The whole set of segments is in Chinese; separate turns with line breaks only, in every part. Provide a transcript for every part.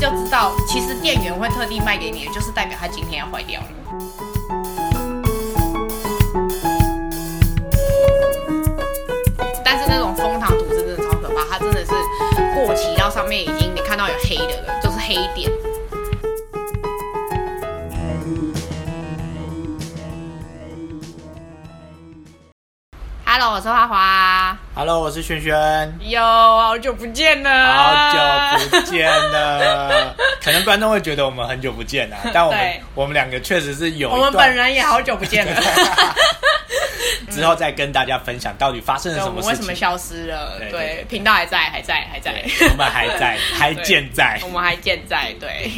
就知道，其实店员会特地卖给你，就是代表他今天要坏掉了。但是那种蜂糖吐司真的超可怕，它真的是过期到上面已经你看到有黑的了，就是黑点。Hello，我是花花，
Hello，我是轩轩，
哟，好久不见了，啊
好久不见了。可能观众会觉得我们很久不见 啊，但我们
对
我们两个确实是有
我
一
们
段
本人也好久不见 了，
之后再跟大家分享到底发生了
对我
什么
们
事情。
为什么消失了？
对对对
对，频道还在，还在，还在，
对我们还 在，还
对
健在
我。们还健在。 对，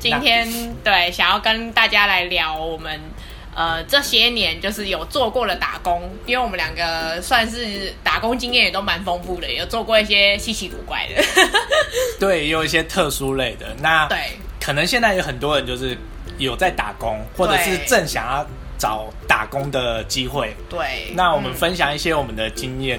今天对想要跟大家来聊我们呃这些年就是有做过的打工，因为我们两个算是打工经验也都蛮丰富的，有做过一些稀奇古怪的。
对，也有一些特殊类的。那
对，
可能现在有很多人就是有在打工，或者是
对
正想要找打工的机会。
对，
那我们
嗯
分享一些我们的经验。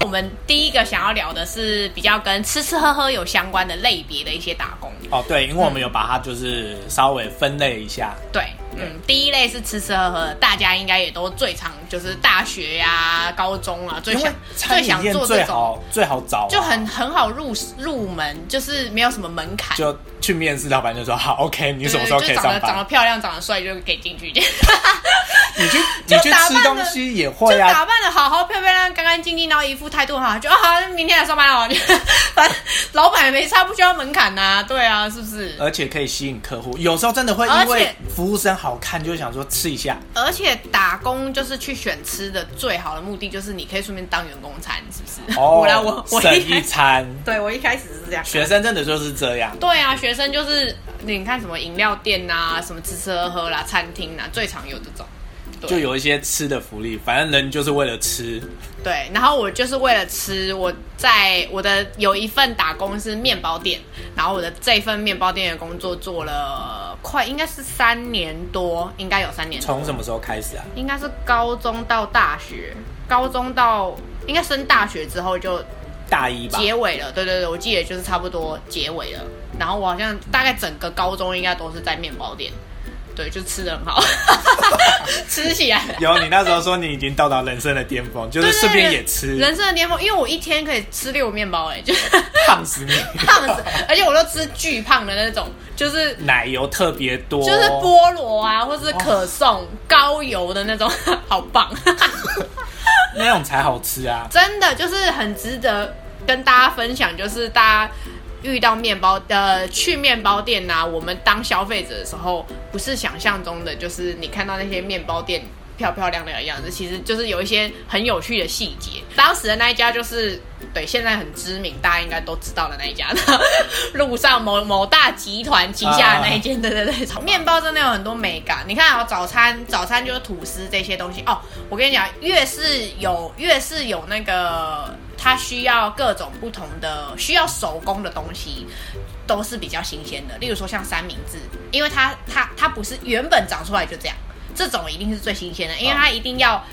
我们第一个想要聊的是比较跟吃吃喝喝有相关的类别的一些打工。
哦，对，因为我们有把它就是稍微分类一下。
对，嗯，第一类是吃吃喝喝，大家应该也都最常就是大学呀、高中啊，最
因为
想
餐
最
饮
想
业
做
最
这种，
好最好找啊、
就很很好入入门，就是没有什么门槛。
就去面试，老板就说好，OK，你
对
什么时候
就
可以
长
上
得长得
班？
漂亮、长得帅就给进去，就
你去
就
你去
打扮
吃东
得
西也 会啊
打，扮的好好、漂漂亮亮、干干净净，然后一副态度很好，就啊，好明天来上班了。 反正老板也没差，不需要门槛呐、对啊，是不是？
而且可以吸引客户。有时候真的会
而
因
且
为服务生好看，就想说吃一下。
而且打工就是去选吃的，最好的目的就是你可以顺便当员工餐，是不是？
哦，
我来，我我
省
一开
一餐。
对我一开始是这样。
学生真的就是这样，
对啊，学生就是你看什么饮料店呐、什么吃吃喝喝啦、餐厅呐、最常有这种。对
就有一些吃的福利，反正人就是为了吃。
对，然后我就是为了吃，我在我的有一份打工是面包店，然后我的这份面包店的工作做了快应该是三年多，应该有三年多，
从什么时候开始啊？
应该是高中到大学，高中到应该升大学之后就
大一吧。
结尾了，对对对，我记得就是差不多结尾了。然后我好像大概整个高中应该都是在面包店，对，就吃的很 好，吃起来。
有，你那时候说你已经到达人生的巅峰，就是顺便也吃，
人生的巅峰，因为我一天可以吃六个面包、哎，就是
胖死你。
胖子，而且我都吃巨胖的那种，就是
奶油特别多，
就是菠萝啊，或是可颂、高油的那种，好棒。
那种才好吃啊。
真的就是很值得跟大家分享，就是大家遇到面包呃去面包店呐、我们当消费者的时候，不是想象中的，就是你看到那些面包店漂漂亮亮的样子，其实就是有一些很有趣的细节。当时的那一家就是对，现在很知名，大家应该都知道的那一家， 路上某某大集团旗下的那一间，对对 对，面包真的有很多美感。你看啊、早餐早餐就是吐司这些东西哦。我跟你讲，越是有越是有那个，它需要各种不同的需要手工的东西。都是比较新鲜的，例如说像三明治，因为它它它不是原本长出来就这样，这种一定是最新鲜的，因为它一定要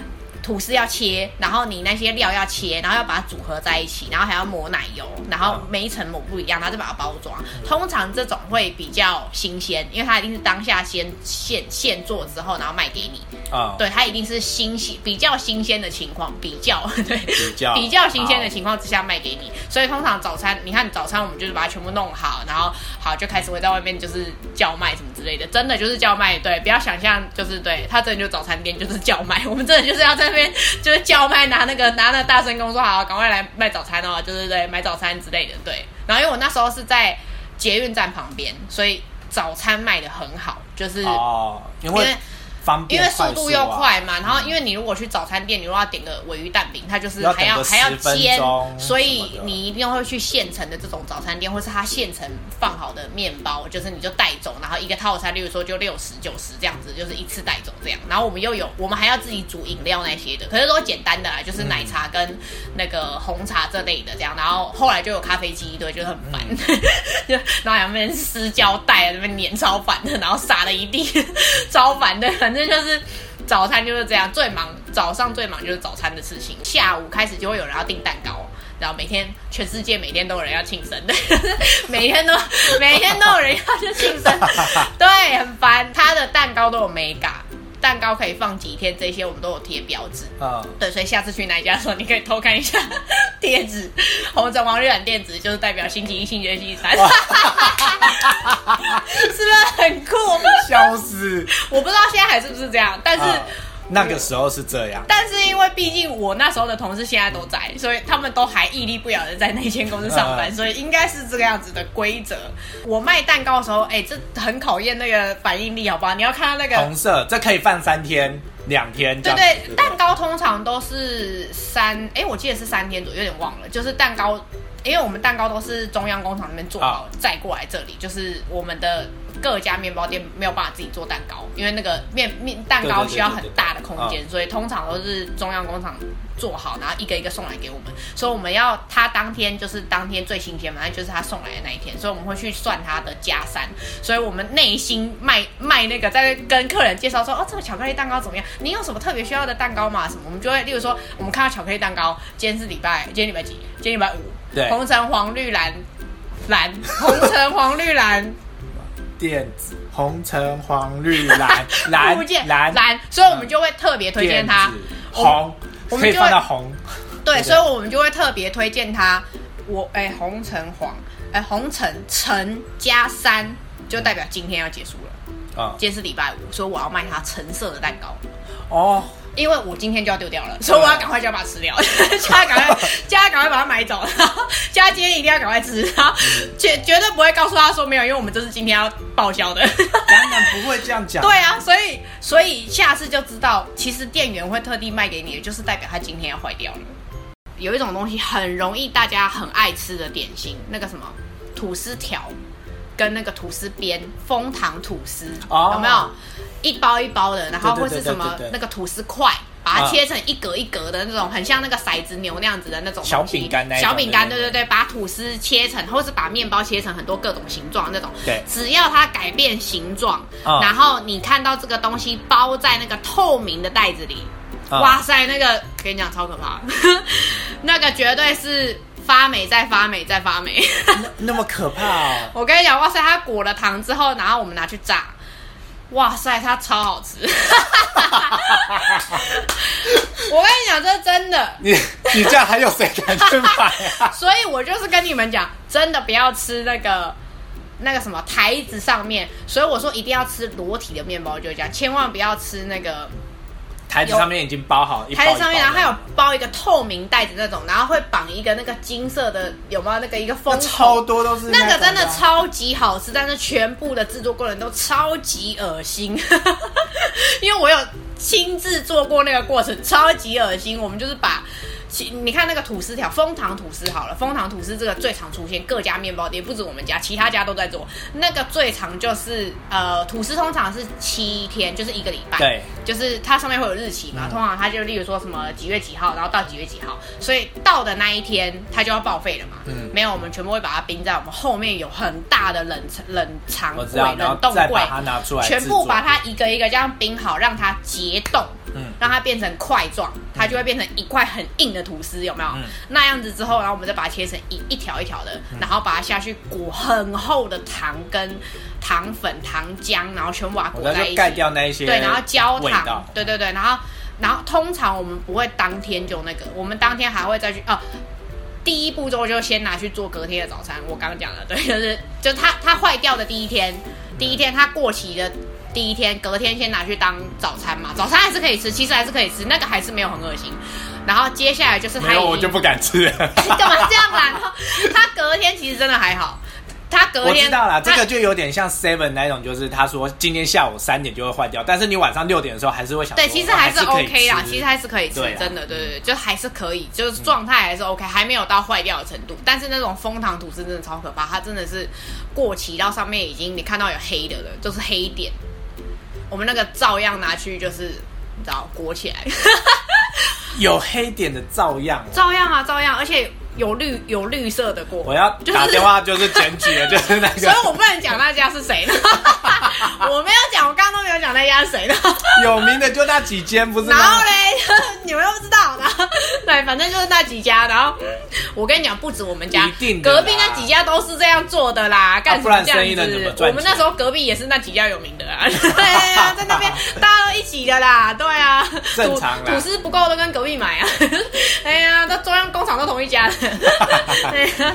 吐司要切，然后你那些料要切，然后要把它组合在一起，然后还要抹奶油，然后每一层抹不一样，然后再把它包装。通常这种会比较新鲜，因为它一定是当下先现现做之后，然后卖给你。
啊、
对，它一定是新鲜比较新鲜的情况，比较 对
比较
比较新鲜的
好
情况之下卖给你。所以通常早餐，你看早餐我们就是把它全部弄好，然后好就开始会在外面就是叫卖什么之类的，真的就是叫卖。对，不要想象就是对，它真的就是早餐店就是叫卖， 我们真的就是要在那边 就是叫卖，拿那个拿那个大声公说好，赶快来卖早餐哦，就是对买早餐之类的。对，然后因为我那时候是在捷运站旁边，所以早餐卖的很好，就是
哦，因
因
为
为。
方便、
因为速
快
度
啊
又快嘛，然后因为你如果去早餐店，你如果要点个尾鱼蛋饼，它就是
要
还
等
要
个
还要
10分
煎，
钟
所
什
以
么的
你一定会去现成的这种早餐店，或是它现成放好的面包，就是你就带走，然后一个套餐，例如说就六十九十这样子，就是一次带走这样。然后我们又有我们还要自己煮饮料那些的，可是都简单的啦，就是奶茶跟那个红茶这类的这样。然后后来就有咖啡机一堆，就是很烦， 就然后两边撕胶带，那边粘超烦的，然后撒了一地，超烦的。反正就是早餐就是这样，最忙早上最忙就是早餐的事情，下午开始就会有人要订蛋糕，然后每天全世界每天都有人要庆生，对， 每天都每天都有人要去庆生，对，很烦。它的蛋糕都有美感，蛋糕可以放几天，这些我们都有贴标志。
啊，
对，所以下次去哪一家的时候，你可以偷看一下 贴纸，红橙黄绿蓝靛紫，就是代表星期一、星期二、星期三， 是不是很酷？
笑死！
我不知道现在还是不是这样，但是、
啊那个时候是这样，
但是因为毕竟我那时候的同事现在都在，所以他们都还屹立不摇的在那间公司上班，
嗯
所以应该是这个样子的规则。我卖蛋糕的时候，哎、这很考验那个反应力，好不好？你要看到那个
红。色这可以放三天、两天这
对
样
对
子，，不
蛋糕通常都是三，哎、我记得是三天左右，有点忘了。就是蛋糕，因为我们蛋糕都是中央工厂那边做好
啊，
再过来这里，就是我们的各家面包店没有办法自己做蛋糕，因为那个面面蛋糕
对对对
需要
对
很
对
大的空
啊
间，所以通常都是中央工厂做好，然后一个一个送来给我们。所以我们要他当天就是当天最新鲜嘛，那就是他送来的那一天，所以我们会去算他的加三。所以我们内心卖卖那个，在跟客人介绍说，哦，这个巧克力蛋糕怎么样？你有什么特别需要的蛋糕吗？什么？我们就会，例如说，我们看到巧克力蛋糕，今天是礼拜，今天礼拜几？今天礼拜五。
对
红橙黄绿蓝蓝， 红橙黄绿蓝。
电子红橙黄 绿蓝蓝
物件
蓝
蓝，所以我们就会特别推荐它
电子
我
红，
我们
可以
就会
放到红，
对，
对
所以我们就会特别推荐它。我哎、红橙黄，哎、红橙橙加三，就代表今天要结束了。
啊
今天是礼拜五，所以我要卖它橙色的蛋糕，
哦，
因为我今天就要丢掉了，所以我要赶快就要把它吃掉， 叫他赶快，叫他赶快把它买走， 然后叫他今天一定要赶快吃，然后绝绝对不会告诉他说没有，因为我们这是今天要报销的。
当然不会这样讲，
对啊，所以所以下次就知道，其实店员会特地卖给你的，就是代表他今天要坏掉了。有一种东西很容易大家很爱吃的点心，那个什么吐司条跟那个吐司边枫糖吐司，
哦
有没有？一包一包的，然后或
对对对
是什么
对对对
那个吐司块，把它
啊
切成一格一格的那种，很像那个骰子牛那样子的那种
小
东西
饼干那一种
小饼干，
对
对
对
对对，
对
把吐司切成，或是把面包切成很多各种形状的那种，
对
只要它改变形状，
啊
然后你看到这个东西包在那个透明的袋子里，
啊
哇塞，那个跟你讲超可怕， 那个绝对是发霉再发霉再发霉。
那那么可怕哦，
我跟你讲，哇塞，它裹了糖之后，然后我们拿去炸，哇塞，它超好吃。 我跟你讲，这是真的。
你你这样还有谁敢去买 啊？
所以我就是跟你们讲，真的不要吃那个那个什么台子上面。所以我说一定要吃裸体的面包，就是这样，千万不要吃那个
台子上面已经包好一包
台
一包
子
的，
上面，然后还有包一个透明袋子那种，然后会绑一个那个金色的，有没有那个一个
那
封
超
口？
多都是
那个
种
真的
啊
超级好吃，但是全部的制作过程都超级恶心， 因为我有亲自做过那个过程，超级恶心。我们就是把，其你看那个吐司条，枫糖吐司好了，枫糖吐司这个最常出现，各家面包店不止我们家，其他家都在做。那个最常就是呃，吐司通常是七天，就是一个礼拜。
对，
就是它上面会有日期
嗯
嘛，通常它就例如说什么几月几号，然后到几月几号，所以到的那一天它就要报废了嘛。
嗯
没有，我们全部会把它冰在我们后面有很大的冷藏冷藏
我知
柜、
道，然
冷冻
后再
柜
把，它拿出来制作，
全部把它一个一个这样冰好，让它结冻。
嗯
让它变成块状，它就会变成一块很硬的吐司，有没有？
嗯
那样子之后，然后我们再把它切成一一条一条的，然后把它下去裹很厚的糖跟糖粉、糖浆，然后全部把它
我
裹在一
再就
起。
盖掉那一些
对，然后焦
味
糖
道，
对对对，然后然后通常我们不会当天就那个，我们当天还会再去哦。第一步骤就先拿去做隔天的早餐，我刚刚讲了，对，就是就它它坏掉的第一天，第一天它过期的第一天，隔天先拿去当早餐嘛，早餐还是可以吃，其实还是可以吃，那个还是没有很恶心。然后接下来就是它
没
已
有
经
我就不敢吃了。
你干嘛这样啦？然后它隔天其实真的还好，它隔
我
天
知道啦，这
它
个就有点像 Seven 那种，就是他说今天下午三点就会坏掉，但是你晚上六点的时候还是会想说。
对，其实
我还
还是
可以
OK 啦，
吃
其实还是可以吃
对，啊嗯啦
真的，对对对，就还是可以，就是状态还是 OK，还没有到坏掉的程度。但是那种枫糖吐司真的超可怕，它真的是过期到上面已经你看到有黑的了，就是黑点。我们那个照样拿去就是你知道裹起来，
有黑点的照样哦。
照样啊照样，而且有绿有绿色的过。
我要打电话就是检举 了，就是那
所以
个
我不能讲那家是谁呢？ 我没有讲，我刚刚都没有讲那家是谁呢。
有名的就那几间，不 是
然后
吗？
嘞，你们又不知道，然后对，反正就是那几家。然后我跟你讲，不止我们家
一定，的啦啊
隔壁那几家都是这样做的啦，干什
不
么
然
这样
生意人怎么
子？
赚
我们那
钱
时候隔壁也是那几家有名的 啊，对啊，在那边大家都一起的啦，对啊，
正
土
常啦
土司不够都跟隔壁买啊， 哎呀，那中央工厂都同一家 的，对啊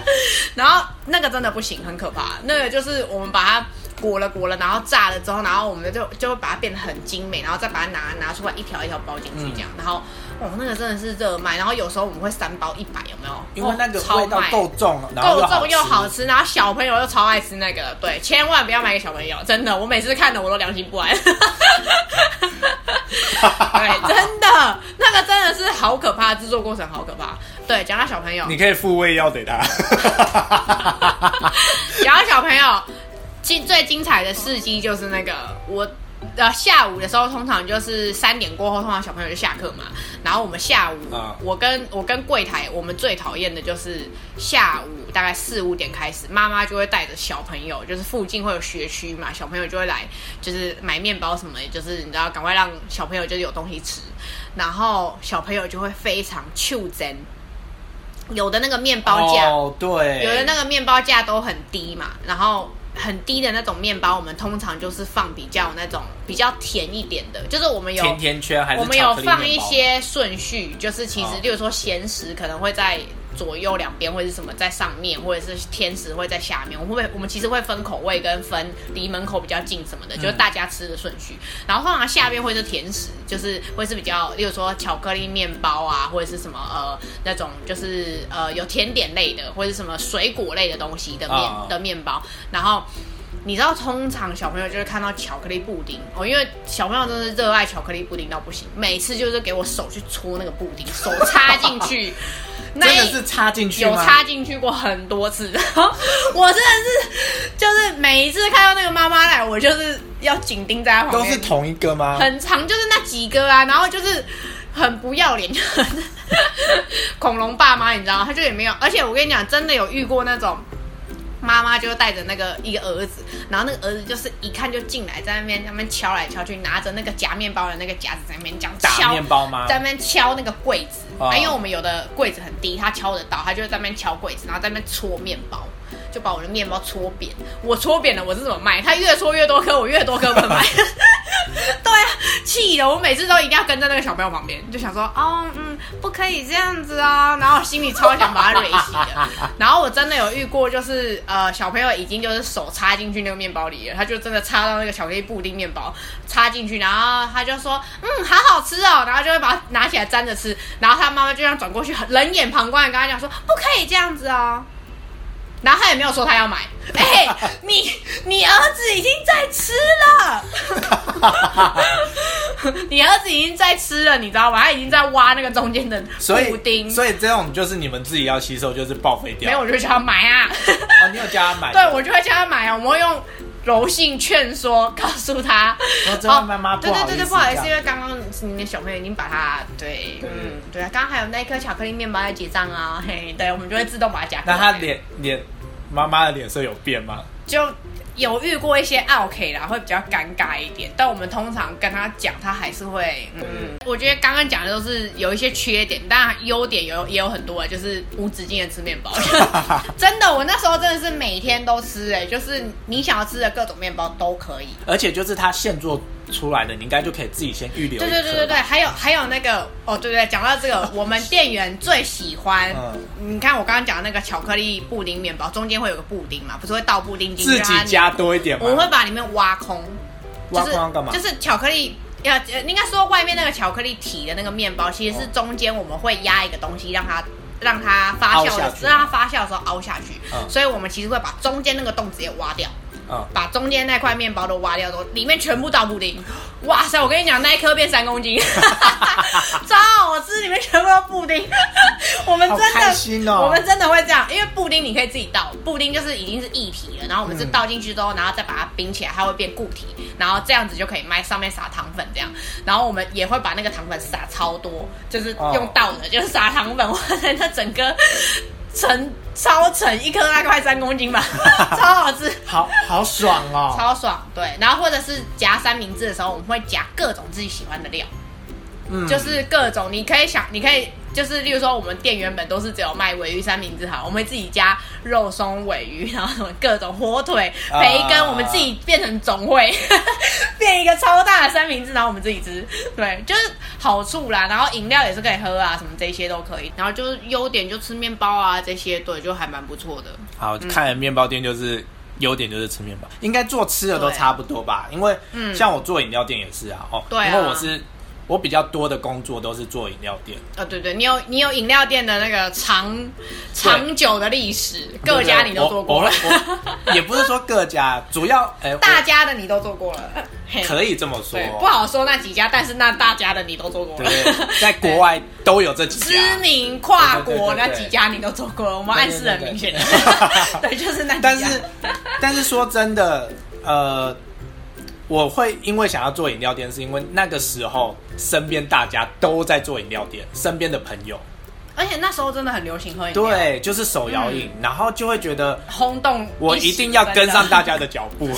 然后那个真的不行，很可怕，那个就是我们把它。裹了裹了，然后炸了之后，然后我们就就会把它变得很精美，然后再把它拿拿出来一条一条包进去这样，然后哦那个真的是热卖，然后有时候我们会三包一百，有没有？
因为那个
哦超
味道
卖
够重，然后
够重又
好
好
吃。
吃，然后小朋友又超爱吃那个，对，千万不要买给小朋友，真的，我每次看的我都良心不安。 对，真的，那个真的是好可怕，制作过程好可怕。对，讲到小朋友，
你可以付胃药 给他，
讲到小朋友，精最精彩的事迹就是那个我。呃，下午的时候通常就是三点过后，通常小朋友就下课嘛。然后我们下午，
啊
我跟我跟柜台，我们最讨厌的就是下午大概四五点开始，妈妈就会带着小朋友，就是附近会有学区嘛，小朋友就会来，就是买面包什么的，就是你知道，赶快让小朋友就是有东西吃。然后小朋友就会非常求真，有的那个面包架，
哦，对，
有的那个面包价都很低嘛，然后很低的那种面包，我们通常就是放比较那种比较甜一点的，就是我们有
甜甜圈还是
我们有
巧克力
放
面
一
包
些顺序，就是其实
哦
例如说咸食可能会在左右两边，或者是什么在上面，或者是甜食会在下面。我们会我们其实会分口味跟分离门口比较近什么
嗯
的，就是大家吃的顺序。然后通常下面会是甜食，就是会是比较，例如说巧克力面包啊，或者是什么呃那种就是呃有甜点类的，或者是什么水果类的东西的面、
哦
的面包，然后。你知道，通常小朋友就会看到巧克力布丁哦，因为小朋友真的是热爱巧克力布丁到不行，每次就是给我手去搓那个布丁，手插进 去，那
真的
一
是插进去吗
有插进去过很多次，然后我真的是就是每一次看到那个妈妈来，我就是要紧盯在她旁
都
边，
是同一个吗？
很长，就是那几个啊，然后就是很不要脸， 就是恐龙爸妈，你知道吗？他就也没有，而且我跟你讲，真的有遇过那种。妈妈就带着那个一个儿子，然后那个儿子就是一看就进来，在那边在那边敲来敲去，拿着那个夹面包的那个夹子在那边这样
打
敲
面包吗？
在那边敲那个柜子、
哦
啊，因为我们有的柜子很低，他敲得到，他就在那边敲柜子，然后在那边搓面包，就把我的面包搓扁。我搓扁了，我是怎么卖？他越搓越多颗，我越多颗不能卖。对啊，气的我每次都一定要跟在那个小朋友旁边，就想说哦，嗯，不可以这样子哦，然后心里超想把他蕊洗的。然后我真的有遇过，就是呃，小朋友已经就是手插进去那个面包里了，他就真的插到那个巧克力布丁面包插进去，然后他就说嗯，好好吃哦，然后就会把它拿起来沾着吃，然后他妈妈就这样转过去，很冷眼旁观的跟他讲说不可以这样子哦。然后他也没有说他要买，哎、你你儿子已经在吃了， 你儿子已经在吃了，你知道吗？他已经在挖那个中间的
所
布丁
以，，所以这种就是你们自己要吸收，就是报废掉。
没有我就叫他买啊。
哦，你有叫他买？
对，我就会叫他买啊，我们会用柔性劝说，告诉他。哦
我真的妈妈不
对
好
对
意思
对对，不好意思，
这
因
样
为刚刚你的小朋友已经把它，对，嗯，对啊，刚刚还有那一颗巧克力面包在结账啊，嘿，对，我们就会自动把它夹。
那他脸脸妈妈的脸色有变 吗？
就有遇过一些啊 OK 啦，会比较尴尬一点。但我们通常跟他讲，他还是会，嗯，我觉得刚刚讲的都是有一些缺点，但优点有也有很多，啊就是无止境的吃面包。真的，我那时候真的是每天都吃、哎，就是你想要吃的各种面包都可以。
而且就是他现做出来的，你应该就可以自己先预留一颗
对
吧。
对对对对，还有还有那个哦，对对，讲到这 个，我们店员最喜欢，
嗯
你看我刚刚讲的那个巧克力布丁面包，中间会有个布丁嘛，不是会倒布丁进去
自己
让它
加多一点嘛。
我们会把里面挖空，
挖空要干嘛
就是？就是巧克力。要呃应该说外面那个巧克力体的那个面包，其实是中间我们会压一个东西，让它让它发酵
凹下
的，
去
让它发酵的时候凹下去。
嗯
所以我们其实会把中间那个洞直接挖掉，
嗯，
把中间那块面包都挖掉，之后里面全部倒布丁。哇塞，我跟你讲，那一颗变三公 斤，超好吃，里面全部都布丁。 我们真
好开
的
心哦
我们真的会这样，因为布丁你可以自己倒，布丁就是已经是液体了，然后我们是
嗯
倒进去之后，然后再把它冰起来，它会变固体，然后这样子就可以卖，上面撒糖粉这样，然后我们也会把那个糖粉撒超多，就是
哦
用倒的，就是撒糖粉，哇塞，那整个沉超沉，一颗大概三公斤吧， 超好吃。
好好爽哦。
超爽，对，然后或者是夹三明治的时候，我们会夹各种自己喜欢的料，
嗯
就是各种你可以想，你可以就是例如说我们店原本都是只有卖尾鱼三明治好，我们自己加肉松尾鱼，然后什么各种火腿、
啊
培根，我们自己变成总会， 变一个超大的三明治，然后我们自己吃，对，就是好处啦。然后饮料也是可以喝啊，什么这些都可以。然后就是优点就吃面包啊这些，对，就还蛮不错的。
好，看来面包店就是优点就是吃面包，应该做吃的都差不多吧？因为像我做饮料店也是啊，哦，
嗯对啊
因为我是我比较多的工作都是做饮料店，
啊、对对，你有你有饮料店的那个长长久的历史，各家你都做过了，
我我我也不是说各家，主要哎、我
大家的你都做过 了，嘿
可以这么说
对，，不好说那几家，但是那大家的你都做过了。
对，在国外都有这几
知
家。
名跨
对对
国
对对
那
对
几家你都做过了，我们
对
暗
对
示
对
得很
对
明显
对
对，就是那几家。
但是，但是说真的，呃，我会因为想要做饮料店，是因为那个时候身边大家都在做饮料店，身边的朋友，
而且那时候真的很流行喝饮料，，
对，就是手摇饮，
嗯
然后就会觉得
轰动时。
我一定要跟上
真的
大家的脚步。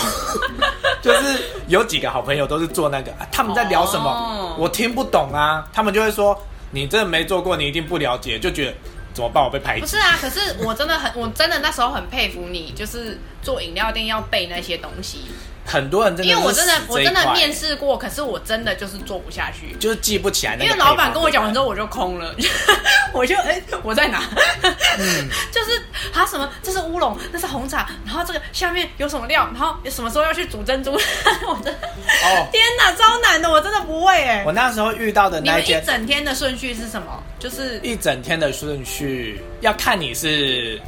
就是有几个好朋友都是做那个，啊他们在聊什么、
哦
我听不懂啊，他们就会说你这没做过，你一定不了解，就觉得怎么办？我被排
不
挤。
是啊，可是我真的很，我真的那时候很佩服你，就是做饮料店要背那些东西，
很多人真的
因为
是
我真的
死这
我
一
真的
块
面试过，可是我真的就是做不下去。
就是记不起来那
因
个配
为
方。
老板跟我讲完之后，我就空了， 我就哎、我在哪？
嗯
就是啊什么，这是乌龙，那是红茶，然后这个下面有什么料，然后什么时候要去煮珍珠？ 我真的，
哦
天哪，超难的，我真的不会哎、
我那时候遇到的
你
那
们
一
一
间
整天的顺序是什么？就是
一整天的顺序，要看你是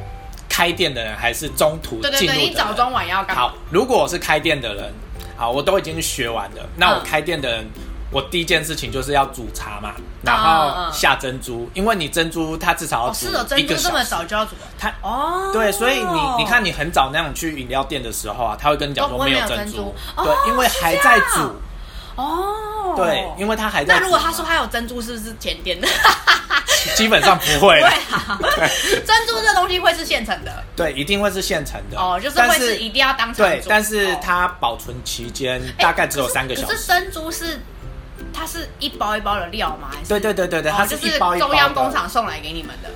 开店的人还是中途
对对
进入的
对，
人
你早中晚要干嘛
好？，如果我是开店的人，好，我都已经学完了，那我
嗯
开店的人。我第一件事情就是要煮茶嘛，然
嗯嗯
后下珍珠，因为你珍珠它至少要
哦，
煮
是哦，
一
珍珠这
个小
么
时
早就要煮
它
哦。
对，所以你你看，你很早那种去饮料店的时候啊，他会跟你讲
都
说
不会
没
没有
珍
珍珠哦
对，因为
是
还
这
在
样
煮，
哦，
对，因为它还在
那
煮嘛。
如果他说他有珍珠，是不是甜点的？
基本上不 会
对
了，
啊，珍珠这东西会是现成的
对，一定会是现成的
哦，就是
但
会是一定要当场
对
煮，
但是
哦
它保存期间
哎
大概只有
可是
三个小
可
时。
是珍珠是它是一包一包的料吗？还是
对对对对对，
哦
它
就是
一包一包
中央工
的，
厂送来给你们的。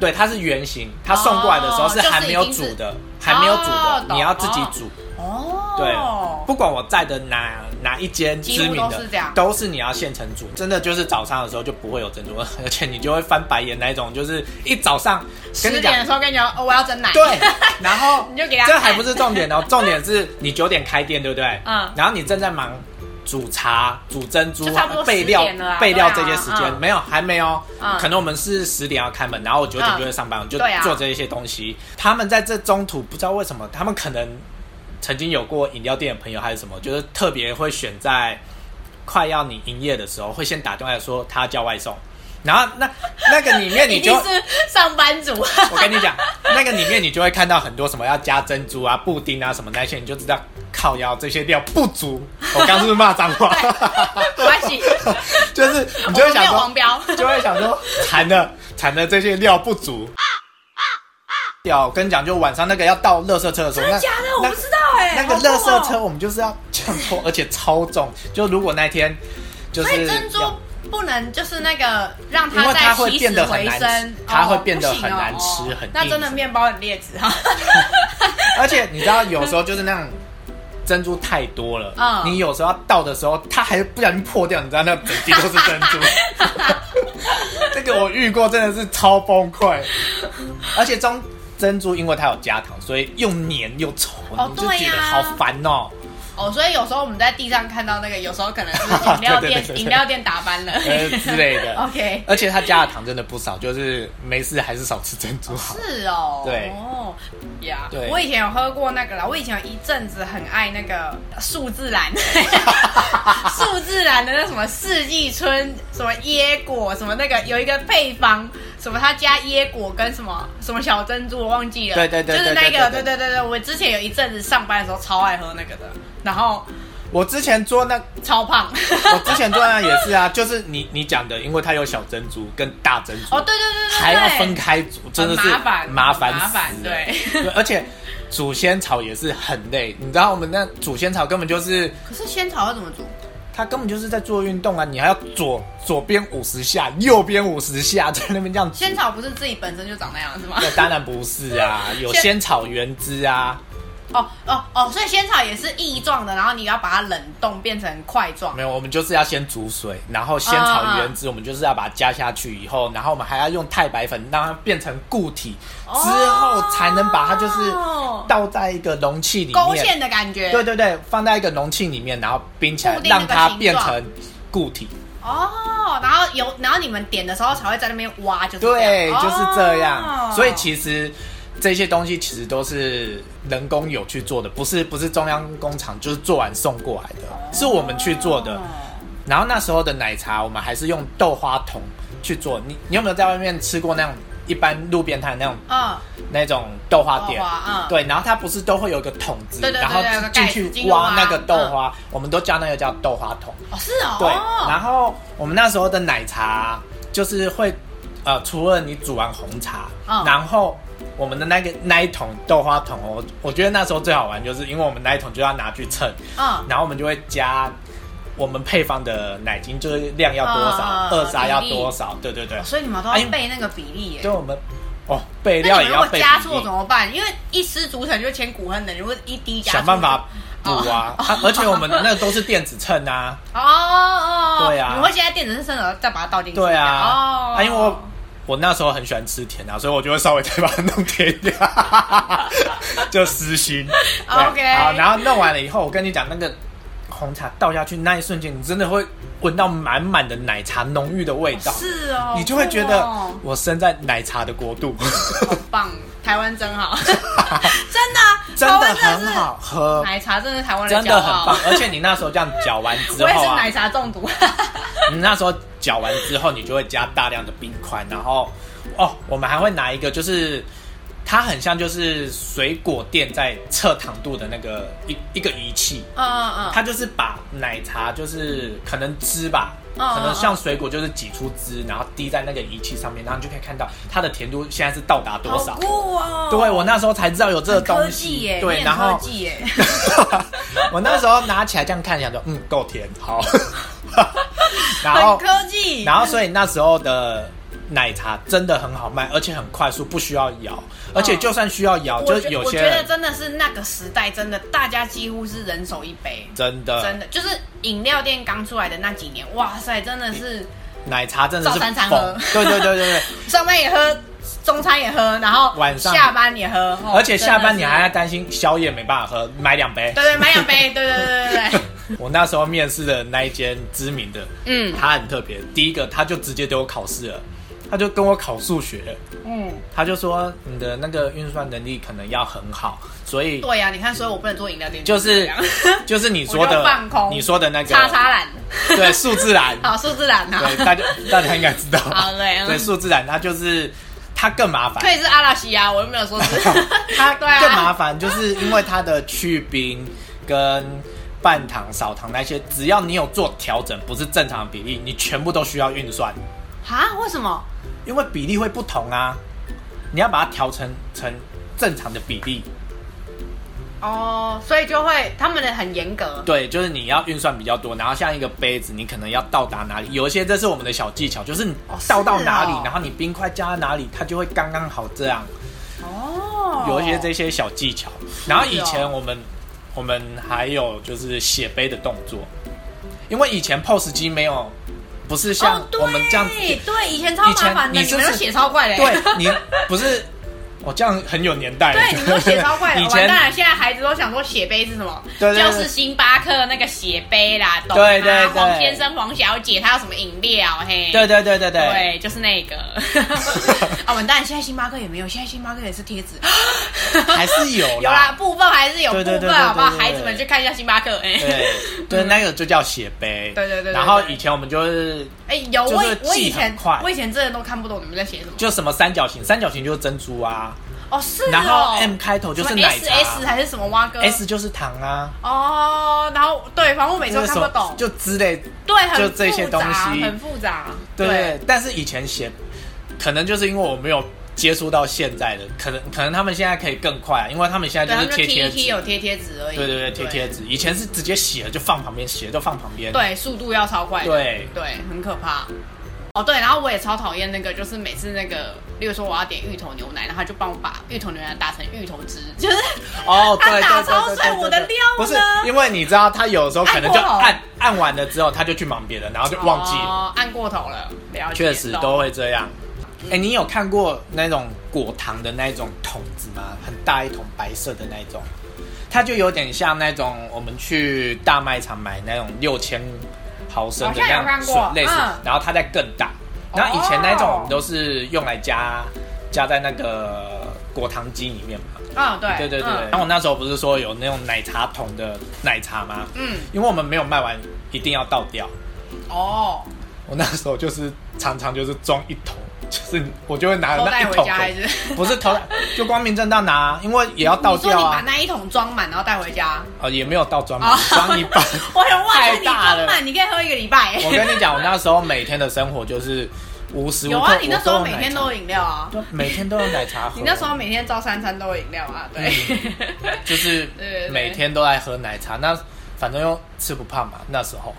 对，它是圆形，它送过来的时候
哦
是还没有煮的，还没有煮
哦
的，
懂
你要自己煮。
哦，
对，不管我在的哪哪一间
几乎
知名
都
的
是这样，
都是你要现成煮。真的就是早上的时候就不会有珍珠， 而且你就会翻白眼那一种，就是一早上
十
跟你讲
点的时候跟你讲，哦，我要蒸奶。
对，然后
你就给他
这
看
还不是重点哦，重点是你九点开店，对不对？
嗯
然后你正在忙煮茶、煮珍珠
就差不多、
备料
10点了啊、
备料
对
这
啊
些时间
嗯，
没有，还没有
嗯。
可能我们是十点要开门，然后我九点
嗯
就会上班，我就
对啊
做这一些东西。他们在这中途不知道为什么，他们可能曾经有过饮料店的朋友还是什么，就是特别会选在快要你营业的时候，会先打电话说他要叫外送。然后那那个里 面
一
你
定
就是
上班 族。
我跟你讲，那个里面你就会看到很多什么要加珍珠啊、布丁啊什么那些，你就知道靠腰这些料不足。我刚刚是不是骂脏 话？
没关系，
就是
我
你就会
们没
想
有黄
说，
标。
就会想说，惨了惨了，这些料不足。要跟你讲，就晚上那个要倒垃圾车的时
真
候，
的
那
假的？我
那
不知道哎。
那个
好酷哦
垃圾车，我们就是要这样拖，而且超重。就如果那天就是
所以珍珠
要
不能就是那个让
因
它
为
再
它会
起
变
死
得很
回
难
生
吃，它会
哦
变得
不行哦
很难吃很
那
硬
真的面包很劣质哈。啊
而且你知道，有时候就是那种珍珠太多了，
嗯
你有时候要倒的时候，它还不小心破掉，你知道那整滴都是珍 珠。这个我遇过，真的是超崩溃。而且中珍珠因为它有加糖，所以又黏又稠，
哦
你就
对
觉
呀
得好烦哦、
哦，所以有时候我们在地上看到那个，有时候可能 是饮料
对对对对
店
对
饮料店打翻了
呃之类的。
OK，
而且它加的糖真的不少，就是没事还是少吃珍珠好。
是哦，
对
哦，呀
对
我以前有喝过那个啦，我以前有一阵子很爱那个数字 兰，数字兰的那什么四季春什么椰果什么那个有一个配方，什么它加椰果跟什么什么小珍珠，我忘记了，
对对对
就是
对
那
对
个，对
对
对对对，我之前有一阵子上班的时候超爱喝那个的，然后
我之前做那，
超 胖。
我之前做那也是啊，就是你你讲的，因为它有小珍珠跟大珍珠。
哦，对对对对对，
还要分开煮，真的是
麻烦
麻烦
麻烦
死了
对
而且煮仙草也是很累，你知道我们那煮仙草根本就是
可是仙草要怎么煮？
他根本就是在做运动啊！你还要左左边五十下，右边五十下，在那边这样子。
仙草不是自己本身就长那样是吗？
那当然不 是啊，有
仙
仙草原汁啊，
哦哦哦，所以仙草也是液状的，然后你要把它冷冻变成块状
没。有，我们就是要先煮水，然后仙草原
嗯
汁，我们就是要把它加下去以后，然后我们还要用太白粉让它变成固体，
哦
之后才能把它就是倒在一个容器里
勾
面，
芡的感觉。
对对对，放在一个容器里面，然后冰起来
固，定那
让
个
它
形
变
状
成固体。
哦，然后有，然后你们点的时候才会在那边挖，就是这
对，
样
就是这样。
哦
所以其实这些东西其实都是人工有去做的，不是不是中央工厂就是做完送过来的，是我们去做的。
哦嗯
然后那时候的奶茶，我们还是用豆花桶去做。你你有没有在外面吃过那种一般路边摊那种
嗯，
那种豆花店
豆花嗯
对，然后它不是都会有一个桶子，
对对对
然后
对有个
进
盖子啊进
去
去
挖
挖
那个豆花，我们都叫那个叫豆花桶。
哦是哦，
对，
哦
然后我们那时候的奶茶就是会，呃，除了你煮完红茶，
嗯
然后我们的那个那一桶豆花桶哦，我我觉得那时候最好玩，就是因为我们那一桶就要拿去称，
嗯，
然后我们就会加我们配方的奶精，就是量要多少，
嗯嗯嗯
二砂要
比例
多少，对对对
哦，所以你们都
哎你
要背那个比例耶。
对我们哦备
那
料
你
也
们如
要
果
备
加
比
错
例
怎么办？因为一失足成就千古恨的，如果一滴加错
想办法补啊，啊而且我们那个都是电子秤啊，
哦哦，哦
对啊
你会现在电子是生的，再把它倒进去。
对啊，
哦，
啊，因为我我那时候很喜欢吃甜啊，所以我就会稍微再把它弄甜一点， 就 私心。对
OK
好，然后弄完了以后，我跟你讲，那个红茶倒下去那一瞬间，你真的会闻到满满的奶茶浓郁的味道，
是哦，
你就会觉得
酷哦
我身在奶茶的国 度，
好哦棒，台湾真 好，真的啊
真
台
的
湾真
很
的是
好喝，
奶茶真的是台湾
真
人
的
骄
很
傲
棒。。而且你那时候这样搅完之
我也
后
是
啊
奶，茶中 毒，
你那时候搅完之后，你就会加大量的冰块，然后哦，我们还会拿一个，就是它很像就是水果店在测糖度的那个一一个仪器，
嗯嗯嗯，
它就是把奶茶就是可能汁吧，
嗯嗯
可能像水果就是挤出汁，然后滴在那个仪器上面，然后你就可以看到它的甜度现在是到达多
好
少。
酷哦！
对，我那时候才知道有这个
很科
东
技
西
耶，，
对，
你
然
很
后
科技耶，
我那时候拿起来这样看，想说嗯够甜， 好， 然后
很科技。
然后所以那时候的奶茶真的很好卖，而且很快速，不需要摇，而且就算需要摇，
我
就
觉
有
哦我
些
觉得
人
真的是那个时代，真的大家几乎是人手一杯，
真的
真的就是饮料店刚出来的那几年，哇塞，真的是
奶茶真的是
早餐常
疯
喝，
对对对对对，
上班也喝，中餐也喝，然后
晚上
下班也喝， 哦
而且下班你还要
真的
担心宵夜没办法喝，买两杯
是。对对买两杯，对对对对 对，
我那时候面试的那一间知名的，
嗯
他很特别，第一个他就直接给我考试了，他就跟我考数学，
嗯，
他就说你的那个运算能力可能要很好，所以
对呀、你看，所以我不能做饮料店，
就是
这 样
就是你 说
我
的
就放空
你说的那个
叉叉懒，
对数字栏，
好数字懒啊，
对，大家大家应该知道。
好嘞嗯
对，数字染它就是它更麻烦
可，以是阿拉西啊，我又没有说 是
它
对啊，
更麻烦，就是因为它的去冰跟半糖、少糖那些，只要你有做调整，不是正常的比例，你全部都需要运算，
啊？为什么？
因为比例会不同啊，你要把它调成成正常的比例。
哦，所以就会他们的很严格，
对，就是你要运算比较多，然后像一个杯子，你可能要到达哪里，有一些这是我们的小技巧，就是你
哦是
倒到哪里，
哦
然后你冰块加到哪里，它就会刚刚好这样。
哦，
有一些这些小技巧。然后以前
哦
我们我们还有就是写杯的动作，因为以前 POS 机没有，不是像
哦，对，
我们这样子，
对，以前超麻烦的，你
以前你是不
们
是
都写超快的，
对你不是我这样很有年代，
对，你们都写超 快的。
以
完
前
蛋了，现在孩子都想说写杯是什么？
对对对
就是星巴克那个写杯啦，懂吗？
对对对
黄先生、黄小姐，他有什么饮料？嘿，
对对对对
对
对，
就是那 个。啊，完蛋，现在星巴克也没有，现在星巴克也是贴纸，
还是有
有啦，。部分还是有部
对对对
分，好不好？
对对对
孩子们去看一下星巴克，哎，
对对，那个就叫写杯。
对对对对
然后
对
以前我们就是
哎，有
就是
我以我
记
以
很
前
快
我以前真的都看不懂你们在写什么。
就什么三角形，三角形就是珍珠啊，
哦，是哦。
然后 M 开头就是奶
S S
茶
还是什么蛙哥
，S 就是糖啊，
哦，然后对，反正我每次
就
都
是
看
什
不
么
懂，
就之类
对，很
就这些
复杂
东西
很复杂，
对，但是以前写，可能就是因为我没有接触到现在的，可能可能他们现在可以更快、啊，因为他们现
对，
在
他
就
们
是
就
贴
贴一
贴纸
贴，有贴贴纸而已。
对对对，贴贴纸，以前是直接写了就放旁边，写了就放旁边，
对，速度要超快的。
对
对，很可怕。哦，对，然后我也超讨厌那个，就是每次那个，例如说我要点芋头牛奶，然后他就帮我把芋头牛奶打成芋头汁，就是
哦，对
他打
对对
超
对对
碎
对
我的料
对不是
呢
因为你知道他有时候可能就
按过头
按按完了之后，他就去忙别的，然后就忘记了。
哦，按过头了，了解。
确实
懂
都会这样。哎、你有看过那种果糖的那种桶子吗？很大一桶白色的那种，它就有点像那种我们去大卖场买那种六千毫升的
好像有
那
看
种
过
水，类似，
嗯
然后它再更大。然后以前那种我们都是用来加
哦
加在那个果糖机里面嘛。
嗯，对，
对对对。然
嗯
后我那时候不是说有那种奶茶桶的奶茶吗？
嗯，
因为我们没有卖完，一定要倒掉。
哦，
我那时候就是常常就是装一桶， 就是我就会拿
偷
那
带
一
回
桶
家还
回，
是？
不是偷带，就光明正大拿，因为也要倒
你说
掉
你把哦
啊，
那一桶装满，然后带回家？
呃，也没有倒装满，装一半。
我想哇，
太
你
大
装
了
满，你可以喝一个礼拜。
我跟你讲，我那时候每天的生活就是无时无刻
有啊，你那时候每天都
我
有饮料啊，
有奶茶每天都有奶茶喝，
你那时候每天照三餐都有饮料啊，对。
嗯 就是
对对对
每天都在喝奶茶，那反正又吃不胖嘛，那 时候。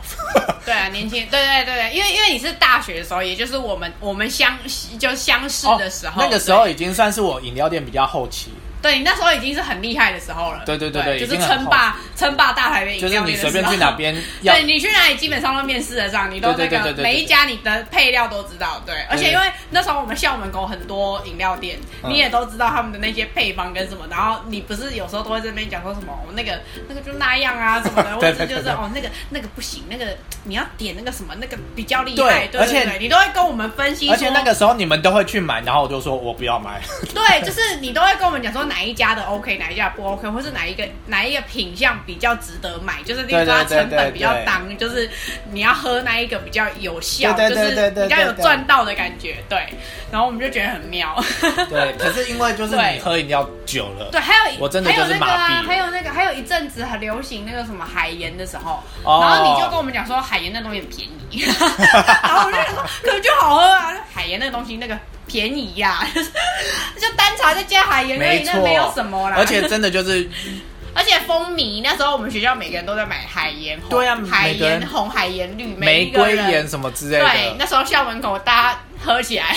对啊，年轻，对对对对，因为因为你是大学的时候，也就是我们我们相就相识的时候，
哦那个时候已经算是我饮料店比较后期，
对，对你那时候已经是很厉害的时候了，
对对对
对
对
就
已
是
经很
称霸称霸大台北
就
饮
是
料
你
店的时
随
候
便去哪，边 要
对你去哪里基本上都面试得上，你都
对
那
对对
个
对对对
每一家你的配料都知道，对，而且因为那时候我们校门口很多饮料店，
嗯
你也都知道他们的那些配方跟什么，然后你不是有时候都会这边讲说什么我那个那个就那样啊什么的，或
对
者是
对对
就是
对
哦那个那个不行，那个你要点那个什么那个比较厉
对
害，对
而
对
且
对，你都会跟我们分析，
而且那个。时候你们都会去买，然后我就说我不要 买。
对，就是你都会跟我们讲说哪一家的 OK，哪一家的不 OK，或是哪一个哪一个品相比较值得买，就是例如
对对
说它
对
成本
对
比较
对
当，就是你要喝那一个比较有效，
对对对对
就是
对
比较有
对
赚到的感觉，对。然后我们就觉得很妙，
对，可是因为就是
对
你喝饮料久了，
对，还有
我真的
还有
就是
那个
麻
啊
痹，
还有那个，还有一阵子很流行那个什么海盐的时候，
哦
然后你就跟我们讲说海盐那东西很便宜， 然后我就想说，可是就好喝啊，海盐那个东西那个便宜呀、 就单茶再加海盐而已，
没
那
错，
没有什么啦。
而且真的就是
而且风靡那时候，我们学校每个人都在买海盐红，
对啊
海
每个人
盐红、海盐绿， 每
玫
一个
瑰
人
盐什么之类
对，
的，
那时候校门口大家喝起来。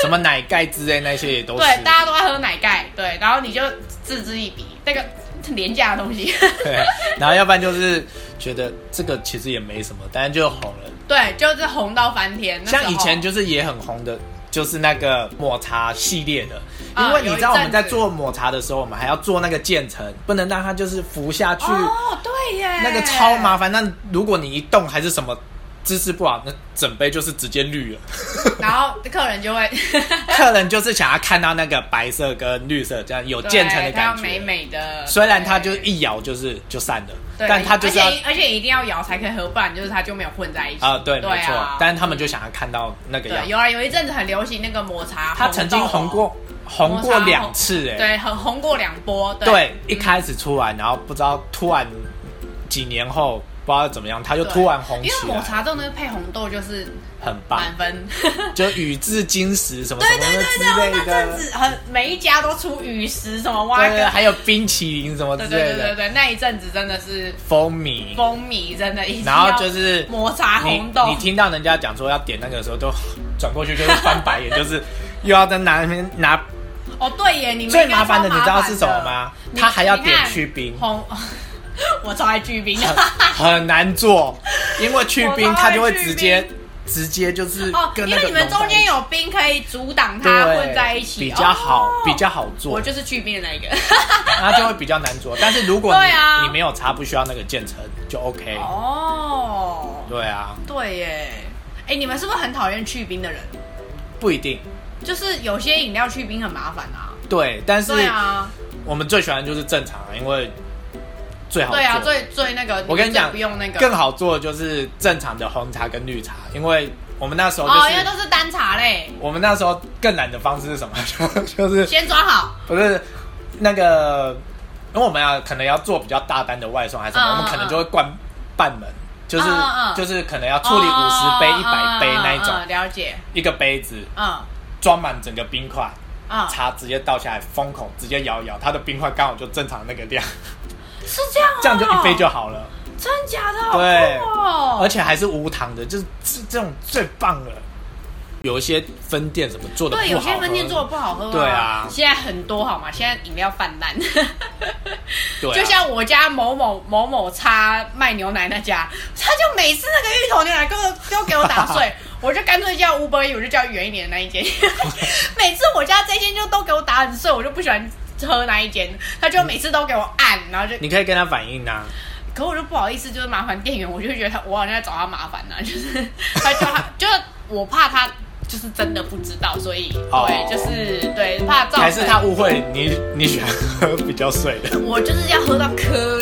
什么奶盖之类那些也都是。
对，大家都爱喝奶盖，对，然后你就嗤之以鼻，那个廉价的东西，
对，然后要不然就是觉得这个其实也没什么，但是就红了。
对，就是红到翻天。那时候
像以前就是也很红的，就是那个抹茶系列的，
啊
因为你知道我
有
们
一阵子
在做抹茶的时候，我们还要做那个渐层，不能让它就是浮下去。
哦，对耶，
那个超麻烦。那如果你一动还是什么姿势不好，那整杯就是直接绿了。
然后客人就会
客人就是想要看到那个白色跟绿色这样有渐层的
对他要
感觉。
美美的。
虽然它就是
对。
一咬就是就散了，
对
但它就是要
而且而且一定要摇才可以合，不然就是它就没有混在一起
啊、对，没错。
啊、
但是他们就想要看到那个样
对
子。
有啊，有一阵子很流行那个抹茶，
他曾经
豆啊
红过红过两次哎、
对，很红过两波，对，
对，一开始出来，然后不知道突然几年后不知道怎么样，他就突然红
因
起
为抹
来，
茶豆那个配红豆就是
很棒，
满分。
就语至金石什么
对
什么
对对
之
对，
类
我那
的。
阵子很每一家都出雨石什么蛙
对对，
哥，
还有冰淇淋什么之
对对
类
对对
的，
对，那一阵子真的是
风靡。
风靡，真的一定
然后
要
就是
抹茶
你
红豆
你，听到人家讲说要点那个的时候，都转过去就是翻白眼，就是又要在拿那边拿。
哦对耶，你们
最
应该
麻烦的
超
你知道是什么吗
你
他还要
你
点
看哦
去冰
红， 我超爱去冰的。
很难 做，因为去冰
我超爱
它就会
去
直
冰
接直接就是
哦，
跟
因
那
为
个
你们
融在
中
一
间
起
有冰可以阻挡它
对
混在一起，
比较好
哦，
比较好做
我，就是去冰的那一个。
它就会比较难做。但是如果
对啊
你你没有擦，不需要那个渐层就 OK。
哦，
对啊，
对耶，哎，你们是不是很讨厌去冰的人？
不一定
就是有些饮料去冰很麻烦啊。
对，但是
对啊，
我们最喜欢的就是正常，因为最好
对啊，
做
最最那个，
我跟你讲
最不用那个
更好做的就是正常的红茶跟绿茶，因为我们那时候就
哦，
是、
因为都是单茶类，
我们那时候更懒的方式是什么？ 就就是
先抓好。
不是那个，因为我们要可能要做比较大单的外送还是什么，
嗯
我们可能就会灌半门，就
嗯
是、
嗯嗯
就是可能要处理五十杯、一百、
哦
杯那一种，
嗯嗯嗯了解，
一个杯子
嗯，
装满整个冰块，
嗯
茶直接倒下来封口，直接摇一摇，它的冰块刚好就正常那个量，
是这样、哦，
这样就一杯就好了。
真假的，好
对
酷哦、
而且还是无糖的，就是这这种最棒了。有一些分店怎么做的不好
对，
喝，
有些分店做的不好喝、
对啊
现在很多好吗？现在饮料泛滥，
对啊
就像我家某某某某叉卖牛奶那家，他就每次那个芋头牛奶给我都给我打 碎，我就干脆叫 Uber E，我就叫远一点的那一间。每次我家这间就都给我打很碎，我就不喜欢喝那一间，他就每次都给我按，然后就，
你可以跟他反映啊。
可我就不好意思，就是麻烦店员，我就觉得他我好像在找他麻烦呐、 就是他叫他，就是我怕他。就是真的不知道，所以
哦
对，就是对，怕造成
还是他误会你，你喜欢喝比较碎的。
我就是要喝到可